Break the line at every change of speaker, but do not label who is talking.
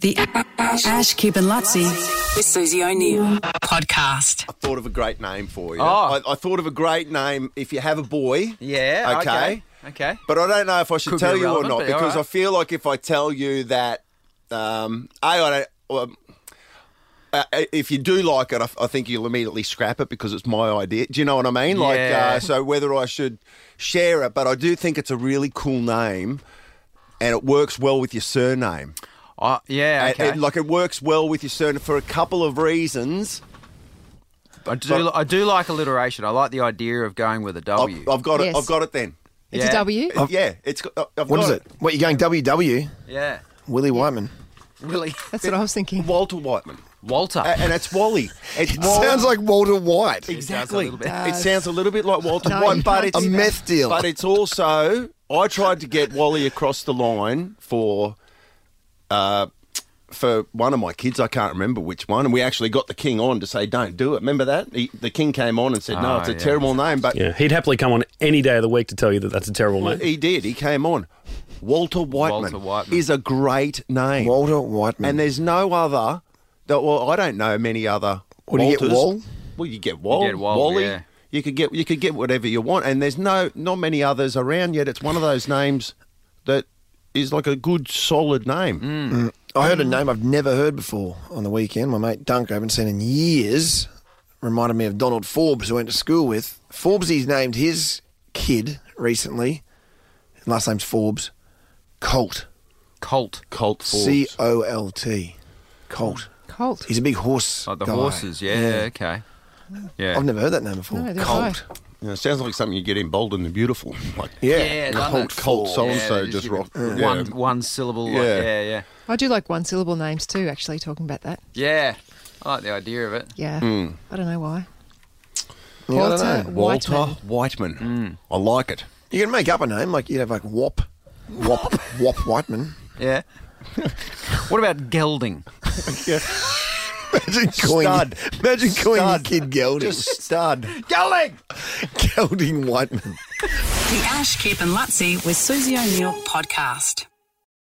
The A- Ash, Kip and Lutzi
with Susie O'Neill podcast.
I thought of a great name for you.
Oh.
I, I thought of a great name if you have a boy.
Yeah.
Okay.
Okay. okay.
But I don't know if I should
Could be
tell you or
irrelevant,
not
but
because
alright.
I feel like if I tell you that, um, A, I don't. Well, uh, if you do like it, I, I think you'll immediately scrap it because it's my idea. Do you know what I mean? Like,
Yeah.
uh, so whether I should share it, but I do think it's a really cool name, and it works well with your surname.
Oh, yeah.
And-
Okay.
and, like, it works well with your surname for a couple of reasons.
I do. I do like alliteration. I like the idea of going with a W.
I've, I've got it.
Yes.
I've got it. Then.
It's
Yeah.
a W.
It- yeah, it's. got- I- I've
What
got
is it? What you going? WW
yeah.
Willie Whiteman.
Really.
That's what I was thinking.
Walter Whiteman,
Walter.
A- and it's Wally. It's
It sounds like Walter White.
exactly.
It does a little
It sounds a little bit like Walter
No,
White,
you
but
can't
it's
A meth dealer.
But it's also. I tried to get Wally across the line for. Uh, for one of my kids, I can't remember which one, and we actually got the king on to say, "Don't do it." Remember that? He, the king came on and said, "No,
Ah,
Oh,
it's a
yeah.
terrible name," but
Yeah, he'd happily come on any day of the week to tell you that that's a terrible name.
he did. He came on. Walter Whiteman,
Walter Whiteman.
is a great name.
Walter Whiteman.
And there's no other. That, well, I don't know many other.
What do you get,
Walters.
Wall?
Well, you get Wall.
You get Wall,
Wally.
yeah.
You could get you could get whatever you want, and there's no not many others around yet. It's one of those names that is like a good solid name.
I heard a name I've never heard before on the weekend. My mate Dunk, I haven't seen in years, reminded me of Donald Forbes, who I went to school with. Forbes—he's named his kid recently. His last name's Forbes. Colt.
Colt.
Colt Forbes.
C O L T. Colt.
Colt.
He's a big horse.
Like the
guy.
horses. Yeah. Okay. Yeah.
I've never heard that name before.
No, there
Colt.
You know, it sounds like something you get in Bold and the Beautiful. Like
Yeah,
Yeah.
doesn't
Colt,
it?
Colt, so and so
they
just
give it
rocked.
One,
Yeah.
one syllable. like-
Yeah.
yeah. Yeah.
I do like one syllable names too, actually, talking about that.
Yeah. I like the idea of it.
Yeah. I don't know why.
Yeah, I don't know.
Whiteman.
Walter Whiteman. I like it.
You can make up a name like you'd have like Wop, Wop, Wop Whiteman.
Yeah. what about gelding?
Imagine calling,
Stud.
imagine calling
Stud.
your kid Gelding.
Just stud.
Gelding.
Gelding Whiteman.
The Ash, Kip and Lutzi with Susie O'Neill podcast.